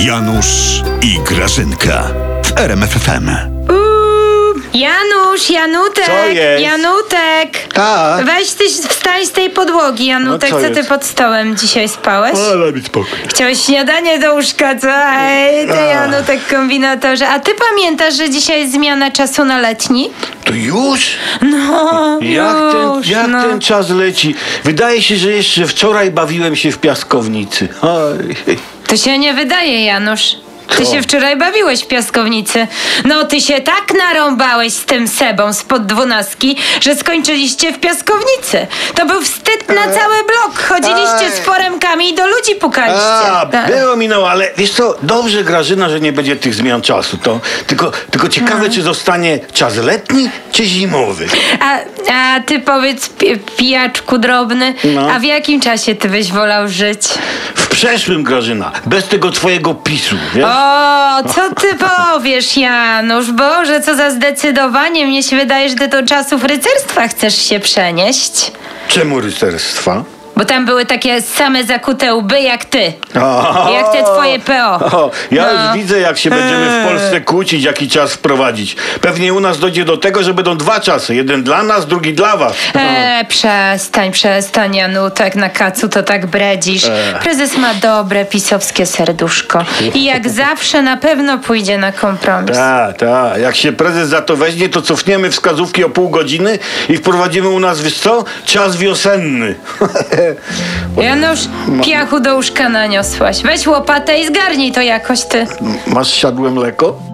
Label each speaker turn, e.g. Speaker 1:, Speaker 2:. Speaker 1: Janusz i Grażynka w RMFFM.
Speaker 2: Janusz, Janutek,
Speaker 3: Co jest?
Speaker 2: Janutek.
Speaker 3: Tak.
Speaker 2: Weź ty wstań z tej podłogi, Janutek,
Speaker 3: No,
Speaker 2: co,
Speaker 3: co
Speaker 2: ty
Speaker 3: jest?
Speaker 2: pod stołem dzisiaj spałeś?
Speaker 3: No, Ale mi spokój.
Speaker 2: Chciałeś śniadanie do łóżka, co? Ej, ty Janutek kombinatorze. A ty pamiętasz, że dzisiaj jest zmiana czasu na letni?
Speaker 3: To już?
Speaker 2: No,
Speaker 3: Jak,
Speaker 2: już,
Speaker 3: ten, jak
Speaker 2: no.
Speaker 3: ten czas leci? Wydaje się, że jeszcze wczoraj bawiłem się w piaskownicy. Oj.
Speaker 2: To się nie wydaje, Janusz. Ty
Speaker 3: Co?
Speaker 2: się wczoraj bawiłeś w piaskownicy. No, ty się tak narąbałeś z tym sebą spod dwunastki, że skończyliście w piaskownicy. To był wstyd na
Speaker 3: E?
Speaker 2: cały blok. Chodziliście z foremkami i do ludzi pukaliście.
Speaker 3: A,
Speaker 2: Tak.
Speaker 3: było minęło, ale wiesz co, dobrze Grażyna, że nie będzie tych zmian czasu. To, tylko, tylko ciekawe,
Speaker 2: No.
Speaker 3: czy zostanie czas letni, czy zimowy.
Speaker 2: A, a ty powiedz, pi- pijaczku drobny,
Speaker 3: No.
Speaker 2: a w jakim czasie ty byś wolał żyć?
Speaker 3: W przeszłym Grażyna, bez tego twojego pisu, wiesz?
Speaker 2: O, co ty powiesz, Janusz? Boże, co za zdecydowanie. Mnie się wydaje, że ty do czasów rycerstwa chcesz się przenieść.
Speaker 3: Czemu rycerstwa?
Speaker 2: Bo tam były takie same zakute łby jak ty.
Speaker 3: O!
Speaker 2: Jak te twoje PO.
Speaker 3: O, ja
Speaker 2: No.
Speaker 3: już widzę, jak się będziemy w Polsce kłócić, jaki czas wprowadzić. Pewnie u nas dojdzie do tego, że będą dwa czasy. Jeden dla nas, drugi dla was.
Speaker 2: Eee, przestań, przestań, Janutek, na kacu to tak bredzisz. Prezes ma dobre pisowskie serduszko. I jak zawsze na pewno pójdzie na kompromis.
Speaker 3: Tak, tak. Jak się prezes za to weźmie, to cofniemy wskazówki o pół godziny i wprowadzimy u nas, wiesz co? Czas wiosenny.
Speaker 2: Janusz, piachu do łóżka naniosłaś. Weź łopatę i zgarnij to jakoś ty.
Speaker 3: Masz siadłe mleko?